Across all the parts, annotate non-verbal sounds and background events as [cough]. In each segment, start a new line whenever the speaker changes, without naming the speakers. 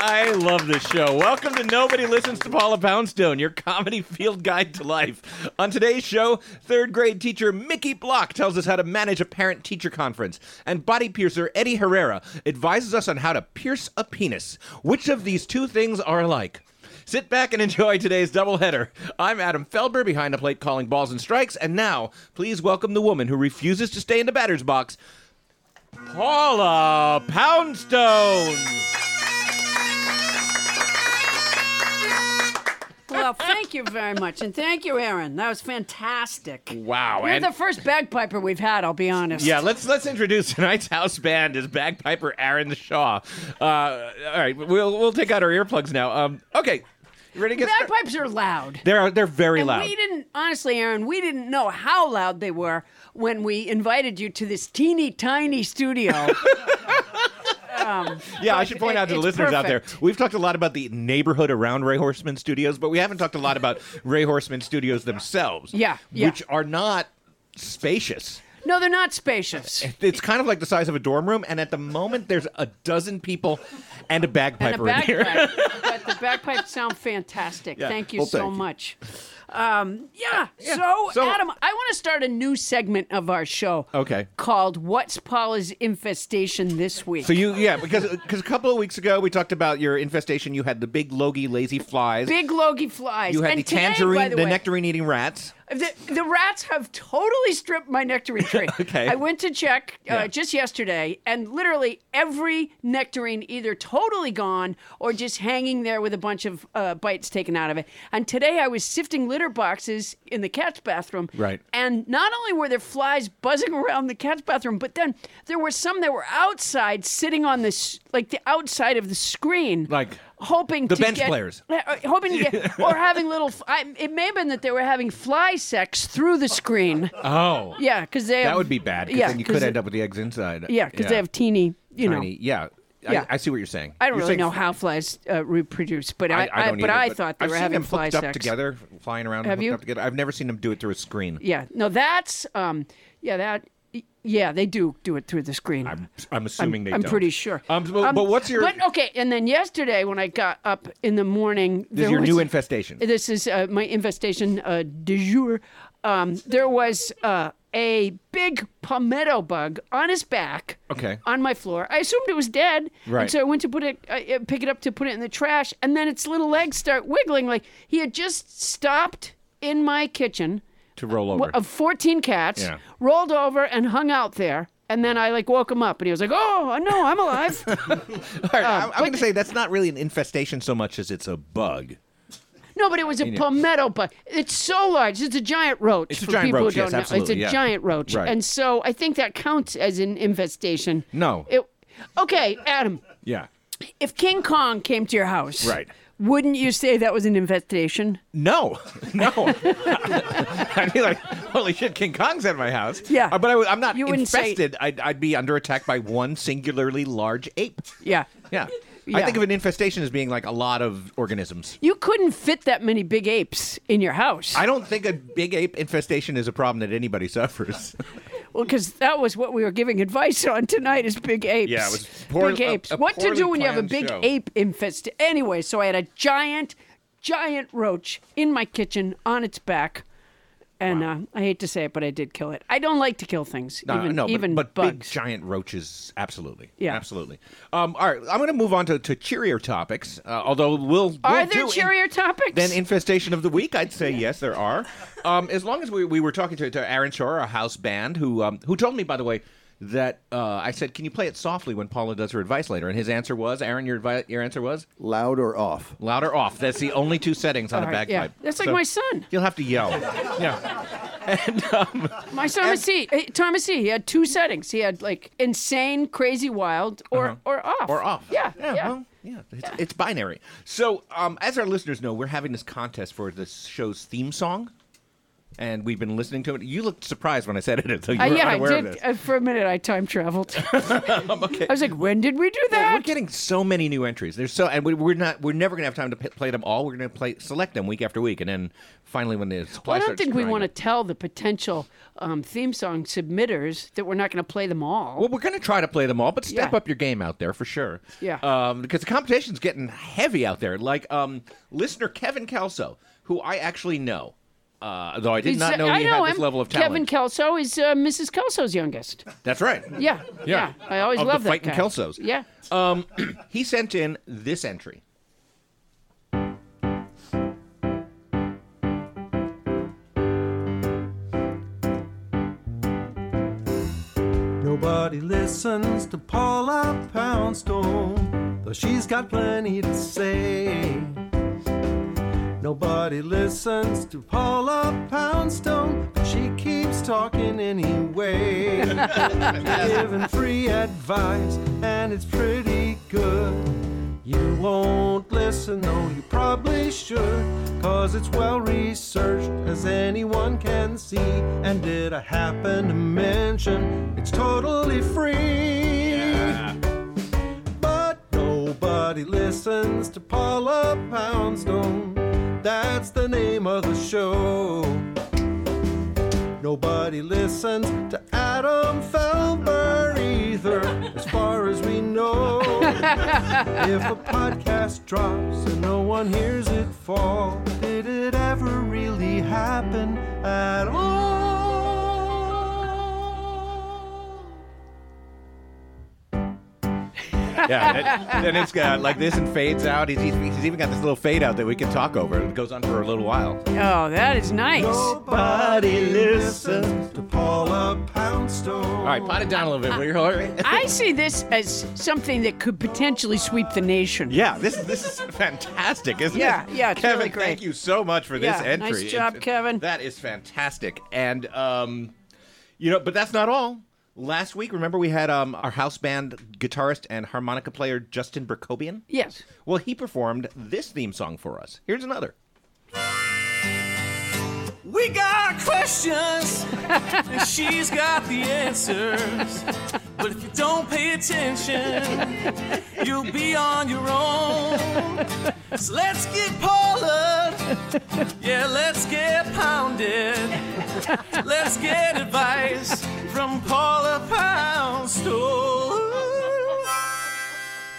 I love this show. Welcome to Nobody Listens to Paula Poundstone, your comedy field guide to life. On today's show, third grade teacher Mickey Block tells us how to manage a parent teacher conference, and body piercer Eddie Herrera advises us on how to pierce a penis. Which of these two things are alike? Sit back and enjoy today's doubleheader. I'm Adam Felber behind the plate calling balls and strikes, and now please welcome the woman who refuses to stay in the batter's box, Paula Poundstone.
Well, thank you very much, and thank you, Aaron. That was fantastic.
Wow,
You're
and-
the first bagpiper we've had, I'll be honest.
Yeah, let's let's introduce tonight's house band is bagpiper Aaron Shaw. Uh, all right, we'll we'll take out our earplugs now. Um, okay, you ready to get? started?
Bagpipes are loud.
They're they're very
And
loud.
We didn't, honestly, Aaron, we didn't know how loud they were when we invited you to this teeny tiny
[laughs]
studio.
yeah, I should point
it-
out to the
it's
listeners out there,
perfect.
we've talked a lot about the neighborhood around Ray Horseman Studios, but we haven't talked a lot about Ray Horseman Studios themselves.
Yeah, yeah.
which are not spacious.
no, they're not spacious.
It's kind of like the size of a dorm room, and at the moment there's a dozen people
And
and a
a
bagpiper in here.
bagpipe. [laughs] but the bagpipes sound fantastic.
Yeah.
Thank you
Well,
so
thank you. Uh,
much. Um, yeah, So,
so-
Adam, I want to start a new segment of our show.
Okay.
Called What's Paula's Infestation This Week?
So you, yeah, because because a couple of weeks ago we talked about your infestation. You had the big logy lazy flies.
Big Logie flies.
you had
and
the
today,
tangerine,
by the,
the
way,
nectarine eating rats.
The, the rats have totally stripped my
[laughs]
nectarine tree.
Okay.
I went to check uh,
Yeah.
just yesterday, and literally every nectarine either totally gone or just hanging there with a bunch of uh, bites taken out of it. And today I was sifting litter boxes in the cat's bathroom.
Right.
And not only were there flies buzzing [laughs] around the cat's bathroom, but then there were some that were outside, sitting on this, like the outside of the screen,
Like
hoping
the
to
bench
get-
players.
[laughs] uh, uh, hoping to
[laughs]
get, or having little. f- I, it may have been that they were having fly sex through the screen.
Oh,
Yeah, because they.
that
have-
would be bad. 'cause
yeah,
then you could
'cause-
end up with the eggs inside.
Yeah, because they have teeny. You
tiny.
know,
Yeah,
Yeah.
I, I see what you're saying.
I don't
You're
really
saying
know
f-
how flies uh, reproduce, but I,
I, I
I-
don't
but
either,
I thought they
I've
were
seen
having
them
fly
hooked
sex.
up together, flying around.
Have
hooked
you?
Up together. I've never seen them do it through a screen.
Yeah, no, that's um, yeah, that yeah, they do do it through the screen.
I'm, I'm assuming they.
I'm
don't.
pretty sure.
Um, but, but what's your?
But okay, and then yesterday when I got up in the morning,
this
there
is your
was-
new infestation.
This is uh, my infestation uh, du jour. Um, there was uh, a big palmetto bug on his back.
Okay.
On my floor, I assumed it was dead. And
Right.
so I went to put it, I, uh, pick it up to put it in the trash, and then its little legs start wiggling. Like he had just stopped in my kitchen
to roll over.
w- of 14 cats,
Yeah.
rolled over and hung out there. And then I like woke him up, and he was like, "Oh no, I'm
[laughs]
alive."
All
um,
right, I'm, I'm going to say that's not really an infestation so much as it's a bug.
No, but it was a palmetto bug. It's so large. It's a giant roach.
It's a
for
giant
people who
roach,
don't
yes,
know. It's
absolutely,
a
yeah.
giant roach.
Right.
And so I think that counts as an infestation.
No.
It, okay, Adam,
Yeah.
if King Kong came to your house,
Right.
wouldn't you say that was an infestation?
No, [laughs] no. I'd be like, holy shit, King Kong's at my house.
Yeah.
Uh, but I would, I'm not
You wouldn't say-
infested. I'd, I'd be under attack by one singularly large ape.
Yeah.
Yeah.
Yeah.
I think of an infestation as being like a lot of organisms.
You couldn't fit that many big apes in your house.
I don't think a big ape infestation is a problem that anybody [laughs] suffers.
Well, because that was what we were giving advice on tonight is big apes.
Yeah, it was poor-
big
a-
apes.
a
what to
poorly
do when you have a
planned
big
show.
ape infested. Anyway, so I had a giant, giant roach in my kitchen on its back. And uh, I hate to say it, but I did kill it. I don't like to kill things,
No,
even
no, but,
even
but big
bugs.
giant roaches, absolutely,
Yeah.
absolutely. Um, all right, I'm going to move on to, to cheerier topics. Uh, although we'll, we'll
Are there
do in-
cheerier topics?
Then infestation of the week, I'd say yes, there are. Um, as long as we, we were talking to, to Aaron Shore, our house band, who um, who told me, by the way, that uh, I said, "Can you play it softly when Paula does her advice later?" And his answer was, "Aaron, your advi- your answer was
Loud or off?
loud or off. That's the only two settings on
All
a
right, yeah.
bagpipe.
That's like
So
my son.
You'll have to yell. yeah,
My Thomas C. eh, Thomas C. He had two settings. He had like insane, crazy, wild, or or off.
Uh-huh. or off.
Yeah, yeah. Uh,
well, yeah. It's, it's binary. So, um, as our listeners know, we're having this contest for the show's theme song. And we've been listening to it. You looked surprised when I said it, [laughs] so you
Uh,
were
yeah, I
unaware of
did.
this.
Uh, for a minute, I time
[laughs]
traveled. [laughs] I was like, when did we do that?
We're getting so many new entries. There's so, and we, we're not. We're never gonna have time to p- play them all. We're gonna play select them week after week, and then finally, when the supply
Well, I don't
starts
think we
drying
want to
up-
tell the potential um, theme song submitters that we're not going to play them all.
Well, we're gonna try to play them all, but step
Yeah.
up your game out there for sure.
Yeah.
Um, because the competition's getting heavy out there. Like, um, listener Kevin Kelso, who I actually know, uh, though I did
He's, uh,
not know
I
he
know
had this
him.
level of
Kevin
talent.
Kelso is uh, Mrs. Kelso's youngest.
That's right.
Yeah, yeah.
Yeah.
I always
Of the
love that
fighting
guy.
Kelsos.
Yeah.
Um, he sent in this entry.
Nobody listens to Paula Poundstone, though she's got plenty to say. Nobody listens to Paula Poundstone, but she keeps talking anyway. Giving free advice, and it's pretty good. You won't listen, though you probably should, cause it's well researched, as anyone can see. And did I happen to mention it's totally free? But nobody listens to Paula Poundstone. That's the name of the show. Nobody listens to Adam Felber either, as far as we know. if a podcast drops and no one hears it fall, did it ever really happen at all?
Yeah, and, and it's got like this and fades out. He's, he's, he's even got this little fade out that we can talk over. It goes on for a little while.
Oh, that is nice.
Nobody listens to Paula Poundstone.
All right, pot it down a little bit, will you? All right.
I see this as something that could potentially sweep the nation.
Yeah, this is this is fantastic, isn't
Yeah,
it?
yeah, it's
Kevin,
really great.
thank you so much for this
Yeah,
entry.
nice job, Kevin.
That is fantastic, and um, you know, but that's not all. Last week, remember we had um our house band guitarist and harmonica player Justin Berkobian.
Yes.
Well, he performed this theme song for us. Here's another.
We got questions, and she's got the answers. But if you don't pay attention, you'll be on your own. So let's get pollard. Yeah, let's get pounded. Let's get advice from Paula Poundstone.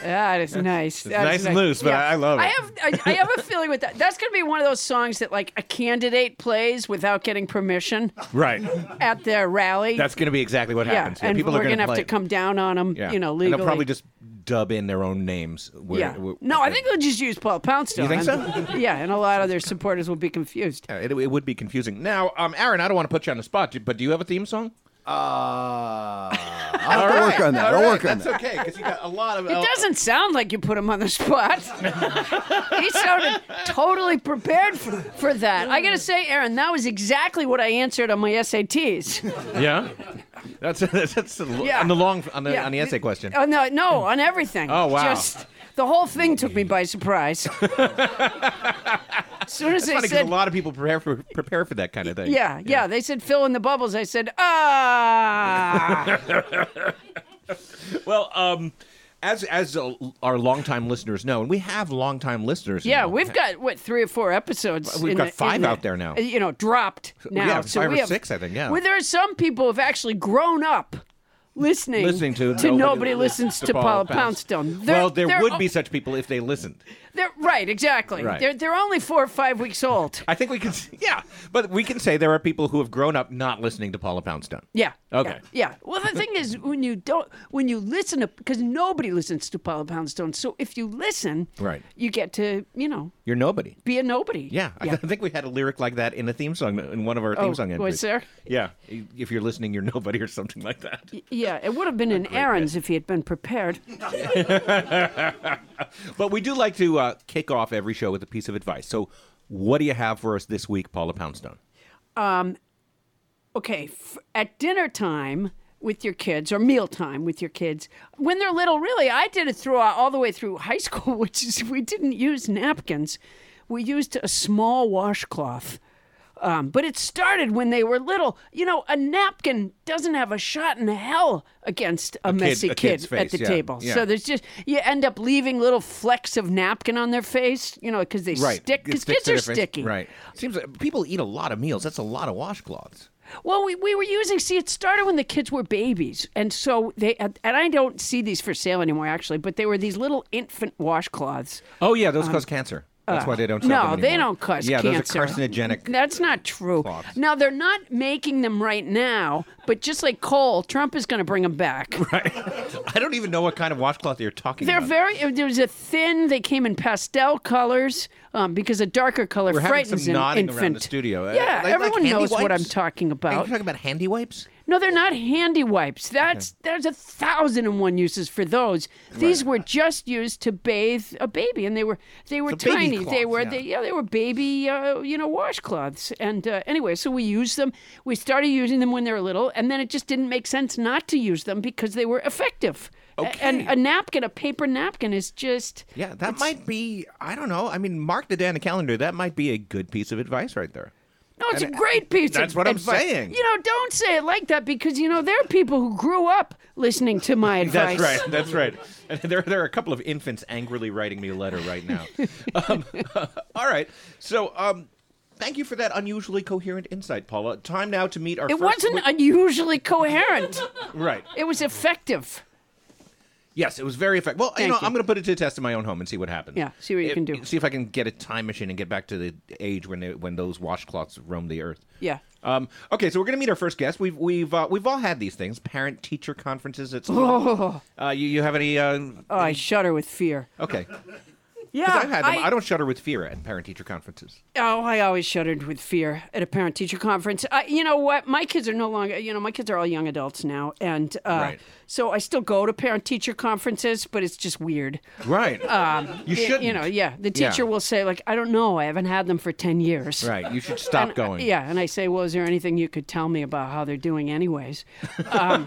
That is nice. That's
nice and loose, but I- I love it.
I have I, I have
[laughs]
a feeling with that. That's going to be one of those songs that like a candidate plays without getting permission
Right. [laughs]
at their rally.
That's going to be exactly what
yeah,
happens.
and
people
we're
are going
gonna have to come down on them,
Yeah.
you know,
And
legally.
they'll probably just dub in their own names. Where,
yeah.
where-
no, I think they'll just use Paul Poundstone.
You think
and- yeah, and a lot of their supporters will be confused.
Yeah, Uh, it, it would be confusing. Now, um, Aaron, I don't want to put you on the spot, but do you have a theme song?
[laughs] Uh, I'll have to work on that.
All
I'll
right,
work on
that's
that.
okay because you got a lot of.
It doesn't sound like you put him on the
[laughs]
spot. he sounded totally prepared for, for that. I got to say, Aaron, that was exactly what I answered on my
[laughs]
SATs.
Yeah, that's that's, that's a l-
Yeah.
on the long on the
Yeah.
on the essay question.
Oh, no, no, on everything.
Oh, wow.
Just the whole thing took me by surprise.
[laughs]
as soon as they
Funny 'cause
said,
a lot of people prepare for prepare for that kind of thing.
yeah, yeah, they said fill in the bubbles. I said, ah.
Well, um, as as uh, our longtime listeners know, and we have longtime listeners.
yeah,
now.
we've got what three or four episodes.
Oh, We've
in
got
the- in
five
the- uh,
out there now.
You know, dropped now.
yeah,
so
five
we
or
have,
six, I think, yeah.
Well, there are some people who have actually grown up listening,
listening to
nobody, listens to Paula Poundstone. They're-
well, there
they're
would
o-
be such people if they listened.
[laughs] They're, right, exactly.
Right.
They're they're only four or five weeks old.
I think we can, s- [laughs] yeah, but we can say there are people who have grown up not listening to Paula Poundstone.
[laughs] Yeah.
Okay.
Yeah. yeah. Well, the thing is, when you don't, when you listen to, because nobody listens to Paula Poundstone, so if you listen,
Right.
you get to, you know,
You're nobody.
be a nobody.
Yeah, [laughs] I think we had a lyric like that in a theme song in one of our
Oh,
theme song
was
entries.
there?
Yeah, if you're listening, you're nobody or something like that.
Yeah, It would have been in Aaron's if he had been prepared.
But we do like to uh, kick off every show with a piece of advice. So, what do you have for us this week, Paula Poundstone?
okay, f- at dinner time with your kids or meal time with your kids when they're little really i did it throughout all the way through high [laughs] school which is we didn't use napkins we used a small washcloth um, but it started when they were little you know a napkin doesn't have a shot in hell against a, messy
a
kid
kid's
at
face,
the
yeah,
table
yeah.
so there's just you end up leaving little flecks of napkin on their face you know because they stick
It
because
sticks
kids
to
are
their face.
sticky
Right. Seems like people eat a lot of meals. That's a lot of washcloths.
Well, we, we were using. See, it started when the kids were babies, and so they and I don't see these for sale anymore, actually. But they were these little infant washcloths.
Oh yeah, those cause cancer. That's why they don't. sell
Um, uh, no,
them
they
anymore.
don't cause
yeah,
cancer.
those are carcinogenic. [laughs]
That's not true.
Cloths.
Now they're not making them right now, but just like coal, Trump is going to bring them back.
[laughs] I don't even know what kind of washcloth you're talking
They're
about.
very. There was a thin. They came in pastel colors um, because a darker color
We're having
frightens
some
an
nodding
infant.
around the studio. Uh,
Yeah,
like- like
everyone
handy
knows what I'm
wipes?
talking
Are you
about.
talking about handy wipes?
No, they're not handy wipes. That's there's a thousand and one uses for those. These were just used to bathe a baby, and they were they were
So baby
tiny. they
cloths,
were
yeah.
they, yeah they were baby uh, you know washcloths. And uh, anyway, so we used them. We started using them when they were little, and then it just didn't make sense not to use them because they were effective. A- And
Okay.
a napkin, a paper napkin, is just
Yeah, that might be. I don't know. I mean, mark the day on the calendar. That might be a good piece of advice right there.
No, it's a great piece.
that's
of
what I'm
advice.
saying.
You know, don't say it like that because you know there are people who grew up listening to my advice.
[laughs] That's right. That's right. And there, there are a couple of infants angrily writing me a letter right [laughs] now. um, all right. So, um, thank you for that unusually coherent insight, Paula. Time now to meet our.
It
first
wasn't unusually coherent.
right.
It was effective.
Yes, it was very effective. Well, you
Thank
know,
you.
I'm going to put it to the test in my own home and see what happens.
Yeah, see what you
If-
can do.
See if I can get a time machine and get back to the age when they, when those washcloths roamed the earth.
Yeah.
Um, okay, so we're going to meet our first guest. We've we've uh, we've all had these things, parent teacher conferences at school. Uh, you you have any? Uh,
Oh, I shudder with fear.
okay.
Yeah,
Because I've had them. I, don't shudder with fear at parent teacher conferences.
Oh, I always shuddered with fear at a parent teacher conference. I, you know what? My kids are no longer, you know, my kids are all young adults now. And uh,
Right.
so I still go to parent teacher conferences, but it's just weird.
Right. Um, you
Y-
should.
You know, yeah. The
Yeah.
teacher will say, like, I don't know. I haven't had them for 10 years.
Right. You should stop going.
Yeah, and I say, well, is there anything you could tell me about how they're doing, anyways? Um,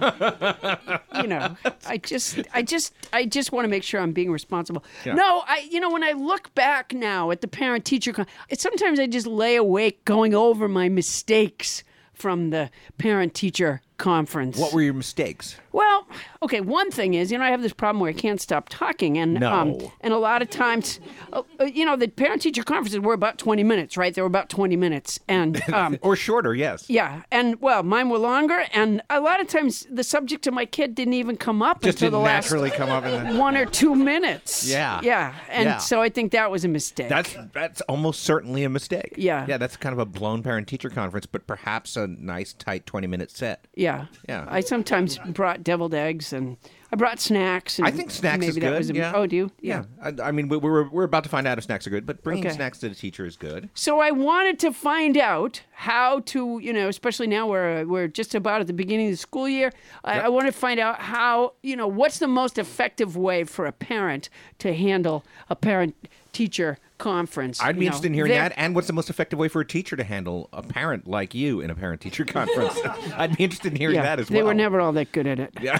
[laughs] you know, I just, I just, I just want to make sure I'm being responsible.
Yeah.
No, I, you know, when I look back now at the parent-teacher, con- it, sometimes I just lay awake going over my mistakes from the parent-teacher conference.
What were your mistakes?
Well, okay. One thing is, you know, I have this problem where I can't stop talking, and um,
No.
and a lot of times, uh, uh, you know, the parent-teacher conferences were about twenty minutes, right? They were about twenty minutes, and
[laughs]
um,
Or shorter, yes.
yeah, and well, mine were longer, and a lot of times the subject of my kid didn't even come up
Just
until
didn't
the last
naturally come up in the.
one or two minutes.
Yeah.
yeah, and
Yeah.
so I think that was a mistake.
That's that's almost certainly a mistake.
Yeah.
Yeah, that's kind of a blown parent teacher conference, but perhaps a nice tight twenty minute set.
yeah,
Yeah.
I sometimes brought deviled eggs, and I brought snacks. And
I think snacks
Mm-hmm. maybe
is
that
good.
Was a,
yeah.
Oh, do you?
Yeah. I, I mean, we, we're we're about to find out if snacks are good, but bringing
Okay.
snacks to the teacher is good.
So I wanted to find out how to, you know, especially now we're we're just about at the beginning of the school year. I, I want to find out how, you know, what's the most effective way for a parent to handle a parent-teacher conference.
I'd
you
be
know?
interested in hearing
They're-
that. And what's the most effective way for a teacher to handle a parent like you in a parent
[laughs]
teacher conference? I'd be interested in hearing
Yeah,
that as
they
well.
were never all that good at it.
[laughs] Yeah,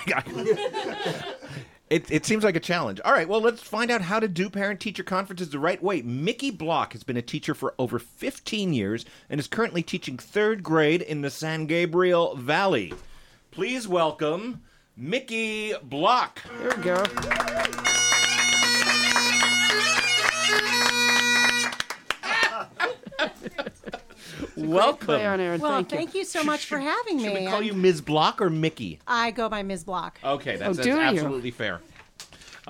it, it seems like a challenge. All right, well, let's find out how to do parent teacher conferences the right way. Mickey Block has been a teacher for over 15 years and is currently teaching third grade in the San Gabriel Valley. Please welcome Mickey Block.
There we go.
Welcome.
Play on air. and
Well,
thank you.
thank you so much for having
Should
me.
we call
I'm-
you Ms. Block or Mickey?
I go by Ms. Block.
Okay, that's,
Oh,
that's
do you?
absolutely fair.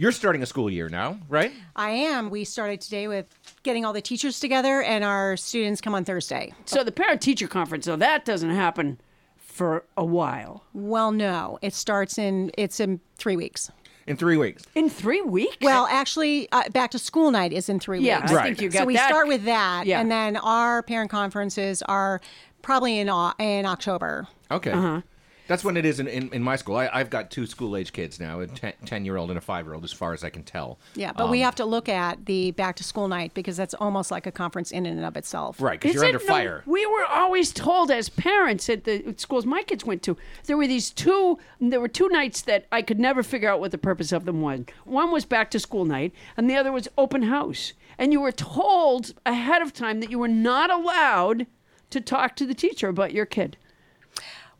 You're starting a school year now, right?
I am. We started today with getting all the teachers together, and our students come on Thursday.
So the parent teacher conference, so that doesn't happen for a while.
Well, no, it starts in it's in three weeks.
In three weeks.
In three weeks?
Well, actually, uh, back to school night is in three
yeah,
weeks.
I
Right.
think you got
so we
that.
start with that,
Yeah.
and then our parent conferences are probably in Au- in October.
Okay.
Uh-huh.
That's when it is in, in, in my school. I, I've got two school age kids now, a 10 year old and a 5 year old, as far as I can tell.
Yeah, but we
Um.
have to look at the back to school night because that's almost like a conference in and of itself.
Uh, Right, because you're
Is
under
it- no,
fire.
we were always told as parents at the at schools my kids went to, there were these two there were two nights that I could never figure out what the purpose of them was. One was back to school night and the other was open house. And you were told ahead of time that you were not allowed to talk to the teacher about your kid.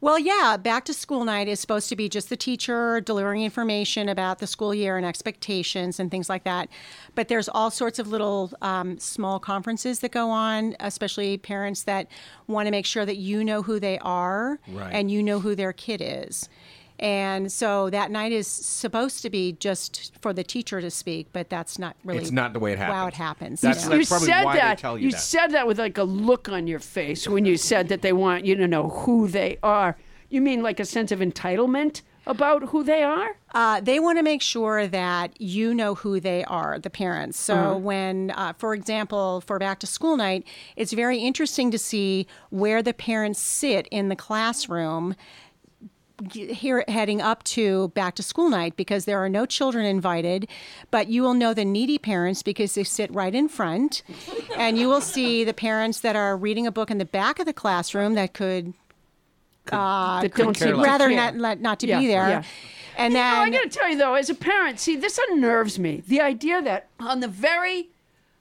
Well, yeah, back to school night is supposed to be just the teacher delivering information about the school year and expectations and things like that. But there's all sorts of little um, small conferences that go on, especially parents that want to make sure that you know who they are
Right.
and you know who their kid is. And so that night is supposed to be just for the teacher to speak, but that's not really
It's not the way it
How
happens.
it happens.
That's-
no.
that's- probably
said
why they
that.
tell you that.
said that with like a look on your face when you said that they want you to know who they are. You mean like a sense of entitlement about who they are?
Uh, they want to make sure that you know who they are, the parents. So,
Mm-hmm.
when, uh, for example, for back to school night, it's very interesting to see where the parents sit in the classroom g- here heading up to back to school night because there are no children invited but you will know the needy parents because they sit right in front and you will see the parents that are reading a book in the back of the classroom that could uh,
that don't
care
seem
less.
to
rather
care.
not not, not to
Yeah,
be there
yeah.
and
No, I
then
got to tell you though, as a parent, see, this unnerves me. The idea that on the very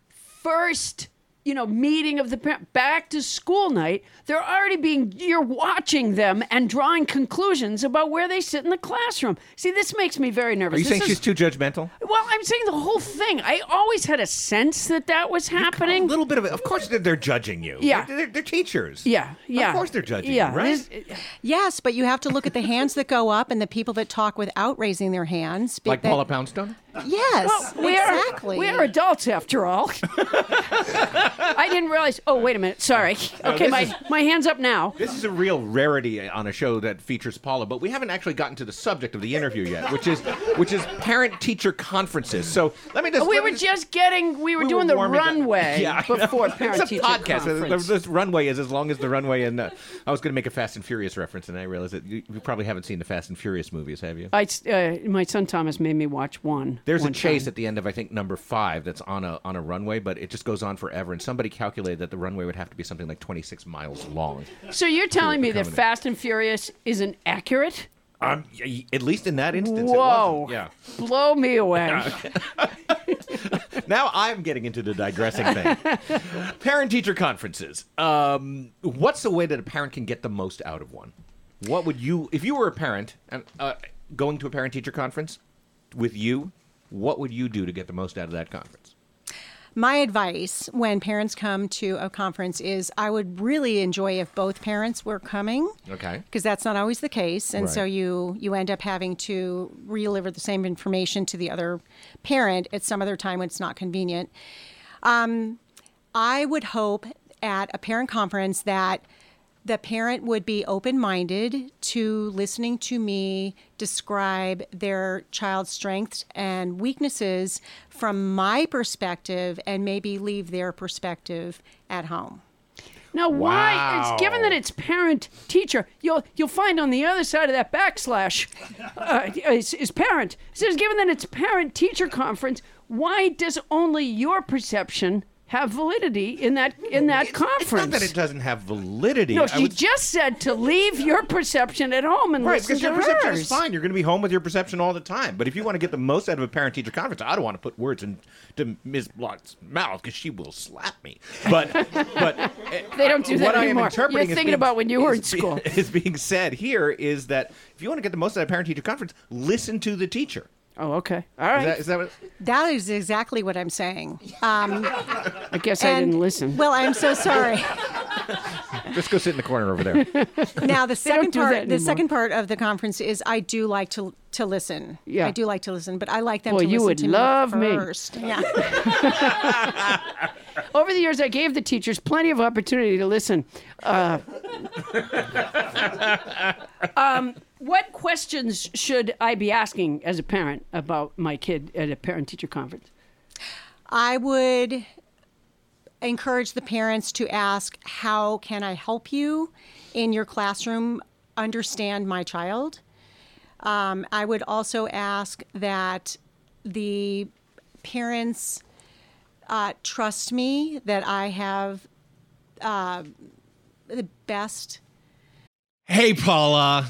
first, you know, meeting of the parent back to school night, they're already being you're watching them and drawing conclusions about where they sit in the classroom. See, this makes me very nervous.
Are you
This
saying
is-
she's too judgmental?
Well, I'm saying the whole thing. I always had a sense that that was
A
happening.
little bit of it. Of course, they're, they're judging you.
Yeah.
They're, they're, they're teachers.
yeah, yeah.
Of course, they're judging
Yeah,
you, right?
this-
Yes, but you have to look at the hands that go up and the people that talk without raising their hands. be-
like
that-
Paula Poundstone?
Yes,
we are-
exactly.
we are adults after all. [laughs] I didn't realize. Oh, wait a minute. Sorry. Okay,
this
my,
is-
my hand's up now.
This is a real rarity on a show that features Paula, but we haven't actually gotten to the subject of the interview yet, which is which is parent-teacher conferences. So let me just.
We
let me
were just getting, we were
we
doing the
warming up.
runway
[laughs] Yeah, I know.
before parent
It's a
teacher
podcast. The- the-
conference.
This runway is as long as the runway. And uh, I was going to make a Fast and Furious reference, and I realized that you, you probably haven't seen the Fast and Furious movies, have you?
I, s- uh, my son Thomas made me watch one.
There's
one
a chase
time.
at the end of I think number five that's on a on a runway, but it just goes on forever. And somebody calculated that the runway would have to be something like 26 miles long.
So you're telling me that
becoming it.
Fast and Furious isn't accurate?
Um, y- y- at least in that instance, it
Whoa.
wasn't. Yeah.
Blow me
[laughs]
away.
Now I'm getting into the digressing thing.
[laughs]
parent teacher conferences. Um, what's the way that a parent can get the most out of one? What would you, if you were a parent and uh, going to a parent teacher conference with you, what would you do to get the most out of that conference?
My advice when parents come to a conference is I would really enjoy if both parents were coming.
Okay.
Because that's not always the case, and so
Right.
you you end up having to deliver the same information to the other parent at some other time when it's not convenient. Um, I would hope at a parent conference that the parent would be open minded to listening to me describe their child's strengths and weaknesses from my perspective and maybe leave their perspective at home.
Now, why?
Wow.
It's given that it's parent teacher. You'll you'll find on the other side of that backslash uh, is, is parent. It says given that it's parent teacher conference, why does only your perception have validity in that in that
It's not
conference?
that it doesn't have validity.
no,
I
she
would-
just said to leave your perception at home and
Right,
listen
because your
to
perception
hers.
is fine. You're going to be home with your perception all the time. But if you want to get the most out of a parent-teacher conference, I don't want to put words into Ms. Block's mouth because she will slap me. But
[laughs]
but uh,
They don't do that
what I am
anymore.
interpreting
You're
is
thinking
being-
about when you were in
[laughs] is be-
school.
is being said here is that if you want to get the most out of a parent-teacher conference, listen to the teacher.
Oh, okay. All right.
Is that, is that what?
That is exactly what I'm saying. Um,
I guess I didn't listen.
Well, I'm
[laughs]
so sorry.
Just go sit in the corner over there.
Now the second
do that
part, the
anymore.
second part of the conference is I do like to to listen.
Yeah.
I do like to listen, but I like them
Boy,
to
you
listen
would
to
love me.
me first. Yeah.
Over the years, I gave the teachers plenty of opportunity to listen.
[laughs]
Uh, um, what questions should I be asking as a parent about my kid at a parent teacher conference?
I would encourage the parents to ask, How can I help you in your classroom understand my child? Um, I would also ask that the parents uh, trust me that I have uh, the best
Hey, Paula.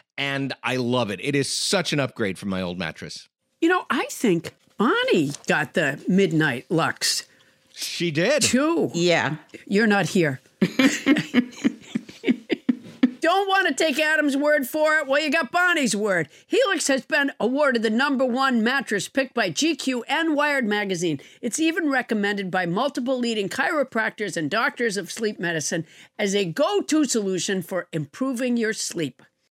and I love it. It is such an upgrade from my old mattress.
You know, I think Bonnie got the Midnight Lux
She did.
too.
Yeah.
You're not here. Don't want to take Adam's word for it? Well, you got Bonnie's word. Helix has been awarded the number one mattress picked by GQ and Wired Magazine. It's even recommended by multiple leading chiropractors and doctors of sleep medicine as a go to solution for improving your sleep.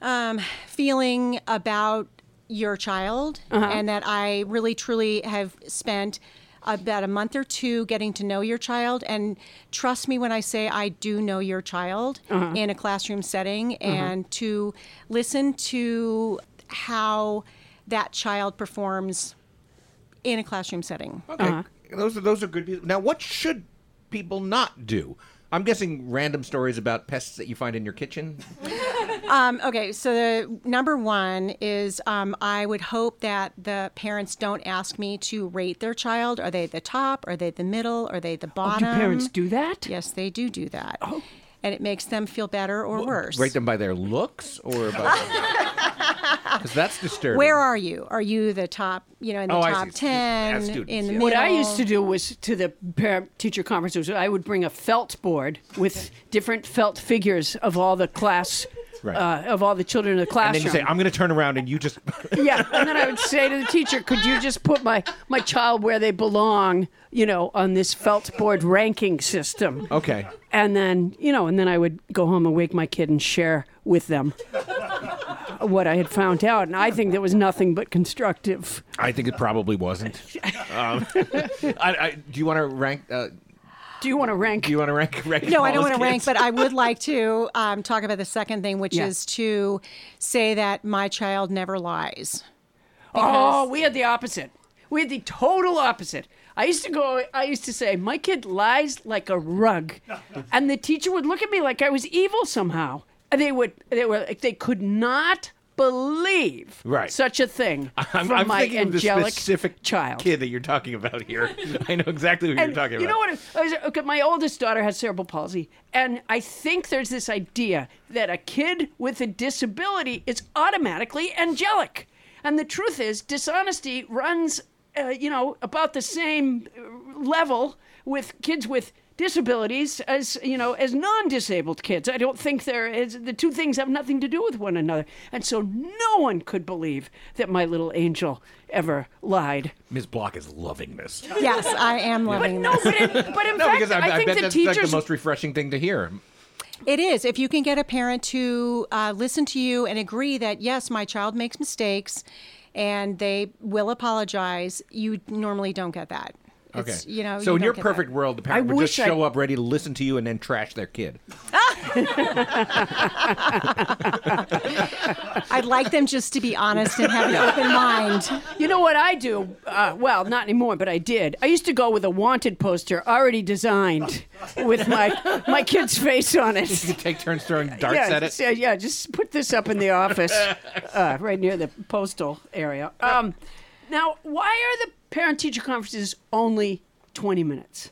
um, feeling about your child and that I really truly have spent about a month or two getting to know your child and trust me when I say I do know your child in a classroom setting and to listen to how that child performs in a classroom setting.
Okay. Those are those are good people. Now, what should people not do? I'm guessing random stories about pests that you find in your kitchen.
Um, okay, so the number one is um, I would hope that the parents don't ask me to rate their child. Are they the top? Are they the middle? Are they the
Do
bottom?
parents do that?
Yes, they do do that. And it makes them feel better or worse.
Rate them by their looks or
[laughs]
by because that's disturbing.
Where are you? Are you the top, you know, in the
Oh, I see.
top
As
10,
students,
in the
yeah.
middle?
What I used to do was to the parent teacher conferences, I would bring a felt board with different felt figures of all the class,
Right.
uh, of all the children in the
And then
classroom.
you say, "I'm going to turn around," and you just [laughs]
yeah, and then I would say to the teacher, "Could you just put my my child where they belong? You know, on this felt board ranking system."
Oh.
okay.
And then you know, and then I would go home and wake my kid and share with them what I had found out, and I think that was nothing but constructive.
I think it probably
[laughs]
wasn't. Um, [laughs] I, I, do you want to rank? Uh,
Do you want to rank?
do you want to rank? rank
No, I
all
don't
those
want to rank,
kids?
but I would like to um, talk about the second thing, which
Yeah.
is to say that my child never lies.
Oh, we had the opposite. We had the total opposite. I used to go, I used to say, my kid lies like a
[laughs]
rug. And the teacher would look at me like I was evil somehow. And they would, they were like, they could not
believe
Right.
such a thing
[laughs] I'm,
from
I'm
my
thinking of the
angelic
specific
child.
kid that you're talking about here. [laughs] I know exactly what
And
you're talking
you
about.
know what? I was- okay, my oldest daughter has cerebral palsy, and I think there's this idea that a kid with a disability is automatically angelic, and the truth is, dishonesty runs, uh, you know, about the same uh, level with kids with disabilities as you know as non-disabled kids i don't think there is the two things have nothing to do with one another and so no one could believe that my little angel ever lied
Ms. Block is loving this.
Yes, I am
but
loving
no,
this.
but in, but in
[laughs] No,
fact,
because I,
I,
I
think
bet
the
that's like
teachers.
the most refreshing thing to hear.
It is. If you can get a parent to uh, listen to you and agree that, yes, my child makes mistakes and they will apologize, you normally don't get that.
Okay.
It's, you know,
so
you
in
don't
your
get
perfect
that.
world, the parent would just
wish I-
show up ready to listen to you and then trash their kid. [laughs]
I'd like them just to be honest and
[laughs]
have an open mind.
you know what I do? Uh, well, not anymore, but I did. I used to go with a wanted poster already designed with my my kid's face on
[laughs]
it.
Take
[laughs]
turns throwing darts
Yeah,
at it.
just- yeah, yeah, just put this up in the office, uh, right near the postal area. Um, now, why are the parent teacher conferences only 20 minutes?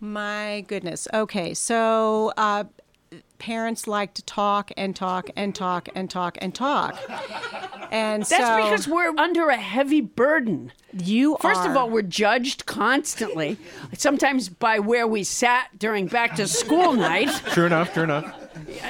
My goodness. Okay, so uh, parents like to talk and talk and talk and talk and talk. And
That's
so
because we're under a heavy burden.
you
First of
are-
all, we're judged constantly, sometimes by where we sat during back to school [laughs] night.
True enough, true enough.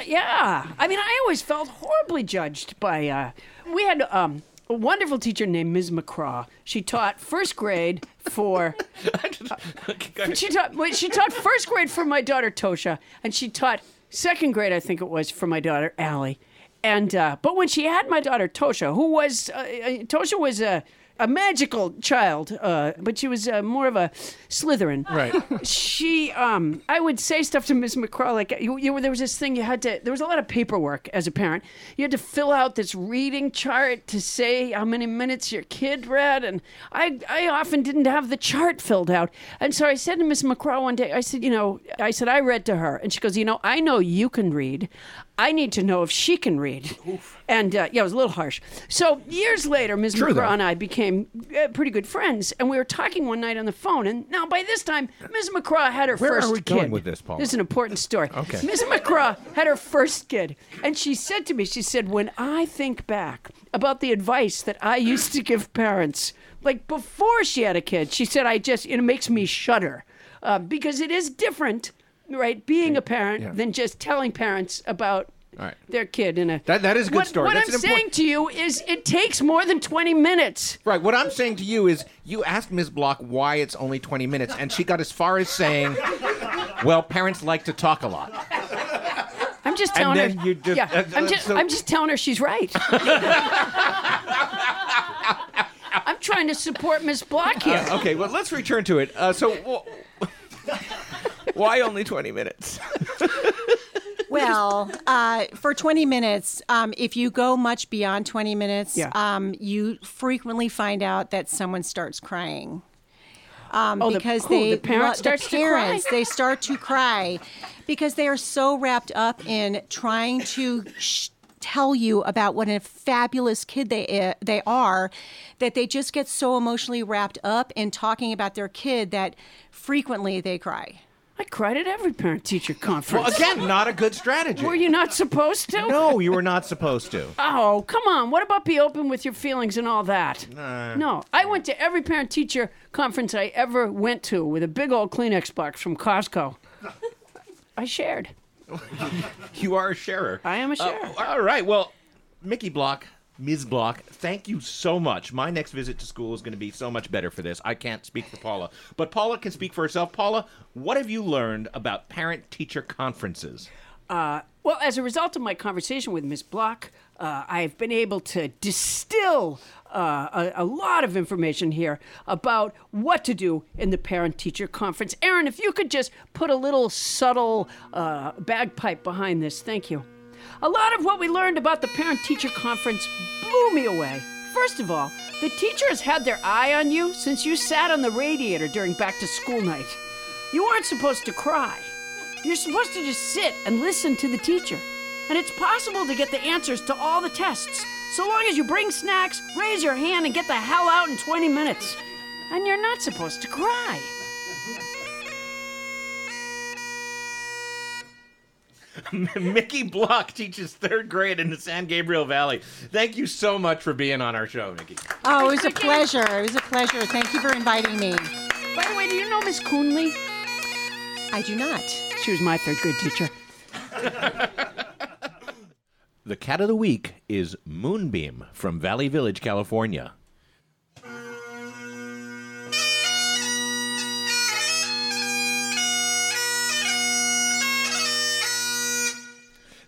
Yeah. I mean, I always felt horribly judged by. Uh, we had um, a wonderful teacher named Ms. McCraw. She taught first grade for. uh, she taught well, she taught first grade for my daughter Tosha, and she taught second grade, I think it was, for my daughter Allie. And uh, but when she had my daughter Tosha, who was uh, uh, Tosha was a a magical child, uh, but she was uh, more of a Slytherin.
Right.
she, um, I would say stuff to Miss McCraw like you, you, there was this thing you had to. There was a lot of paperwork as a parent. You had to fill out this reading chart to say how many minutes your kid read, and I, I often didn't have the chart filled out. And so I said to Miss McCraw one day, I said, you know, I said I read to her, and she goes, you know, I know you can read. I need to know if she can read. And uh, yeah, it was a little harsh. So years later, Ms. McCraw and I became uh, pretty good friends, and we were talking one night on the phone. And now by this time, Ms. McCraw had her
Where are
first
we
kid.
going with this, Paula?
This is an important story.
Okay.
Ms. McCraw had her first kid, and she said to me, she said, when I think back about the advice that I used to give parents, like before she had a kid, she said, I just, it makes me shudder uh, because it is different, right, being a parent
Yeah.
than just telling parents about
All right.
their kid in a.
That- that is a good
What-
story.
What
That's
I'm
an
saying
important-
to you is it takes more than 20 minutes.
Right. What I'm saying to you is, you asked Ms. Block why it's only 20 minutes, and she got as far as saying, "Well, parents like to talk a lot."
I'm just
And
telling
then
her.
you just-
yeah,
uh,
I'm just.
so-
I'm just telling her she's
[laughs]
right. I'm trying to support Miss Block here.
Okay. Well, let's return to it. Uh, so, wh- [laughs] why only 20 minutes?
[laughs]
Well, uh, for 20 minutes, um, if you go much beyond 20 minutes,
Yeah.
um, you frequently find out that someone starts crying. Um,
Oh, the-
because
who,
they
the parent
lo-
starts to cry?
parents, they start to cry because they are so wrapped up in trying to sh- tell you about what a fabulous kid they uh, they are that they just get so emotionally wrapped up in talking about their kid that frequently they cry.
I cried at every parent-teacher
Well,
conference.
again, not a good strategy.
Were you not supposed to?
No, you were not supposed to.
Oh, come on. What about be open with your feelings and all that? no. I went to every parent teacher conference I ever went to with a big old Kleenex box from
[laughs]
Costco. I shared.
You are a sharer.
I am a
Uh,
sharer.
all right. Well, Mickey Block, Ms. Block, thank you so much. My next visit to school is going to be so much better for this. I can't speak for Paula, but Paula can speak for herself. Paula, what have you learned about parent teacher conferences? [laughs]
Uh, Well, as a result of my conversation with Ms. Block, uh, I've been able to distill uh, a, a lot of information here about what to do in the parent teacher conference. Aaron, if you could just put a little subtle uh, bagpipe behind this, thank you. A lot of what we learned about the parent teacher conference blew me away. First of all, the teacher has had their eye on you since you sat on the radiator during back to school night. You aren't supposed to cry. You're supposed to just sit and listen to the teacher. and it's possible to get the answers to all the tests so long as you bring snacks, raise your hand, and get the hell out in 20 minutes. And you're not supposed to cry.
Mickey Block teaches third grade in the San Gabriel Valley. Thank you so much for being on our show, Mickey.
Oh, it was a pleasure. It was a pleasure. Thank you for inviting me.
By the way, do you know Miss Coonley?
I do not.
She was my third grade teacher.
The cat of the week is Moonbeam from Valley Village, California.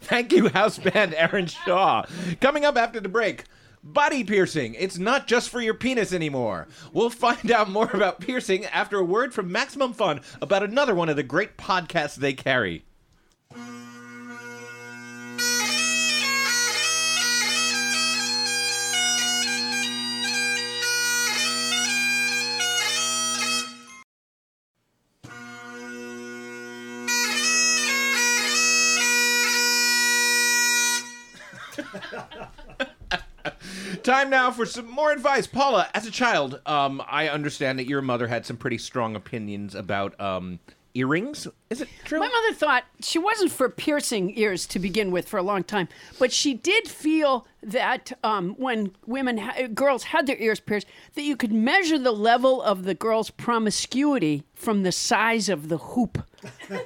Thank you, house band Aaron Shaw. Coming up after the break, body piercing. It's not just for your penis anymore. We'll find out more about piercing after a word from Maximum Fun about another one of the great podcasts they carry. Time now for some more advice. Paula, as a child, um, I understand that your mother had some pretty strong opinions about um, earrings. Is it true?
My mother thought she wasn't for piercing ears to begin with for a long time, but she did feel that um, when women, ha- girls had their ears pierced, that you could measure the level of the girl's promiscuity from the size of the hoop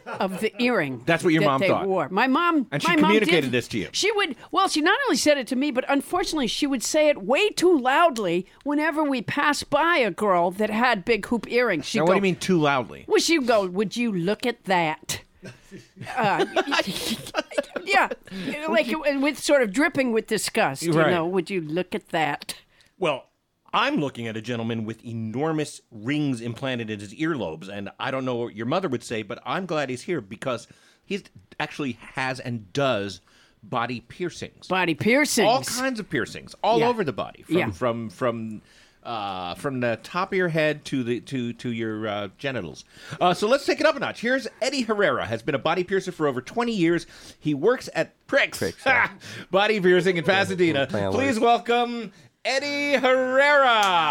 of the [laughs] earring.
That's what your
that
mom
they
thought.
Wore. My mom,
And she
my mom
communicated
did-
this to you.
She would. Well, she not only said it to me, but unfortunately, she would say it way too loudly whenever we passed by a girl that had big hoop earrings. She'd
Now, what do
go,
you mean too loudly?
would you go? Would you look at that? Uh, [laughs] yeah, like and with sort of dripping with disgust. You
Right.
know, would you look at that?
Well, I'm looking at a gentleman with enormous rings implanted in his earlobes, and I don't know what your mother would say, but I'm glad he's here because he actually has and does body piercings.
Body piercings.
all kinds of piercings all
Yeah.
over the body from
Yeah.
from from uh, from the top of your head to the to to your uh, genitals. Uh, so let's take it up a notch. Here's Eddie Herrera has been a body piercer for over 20 years. He works at Pricks, [laughs] body piercing in Pasadena.
plan
Please
works.
welcome Eddie Herrera.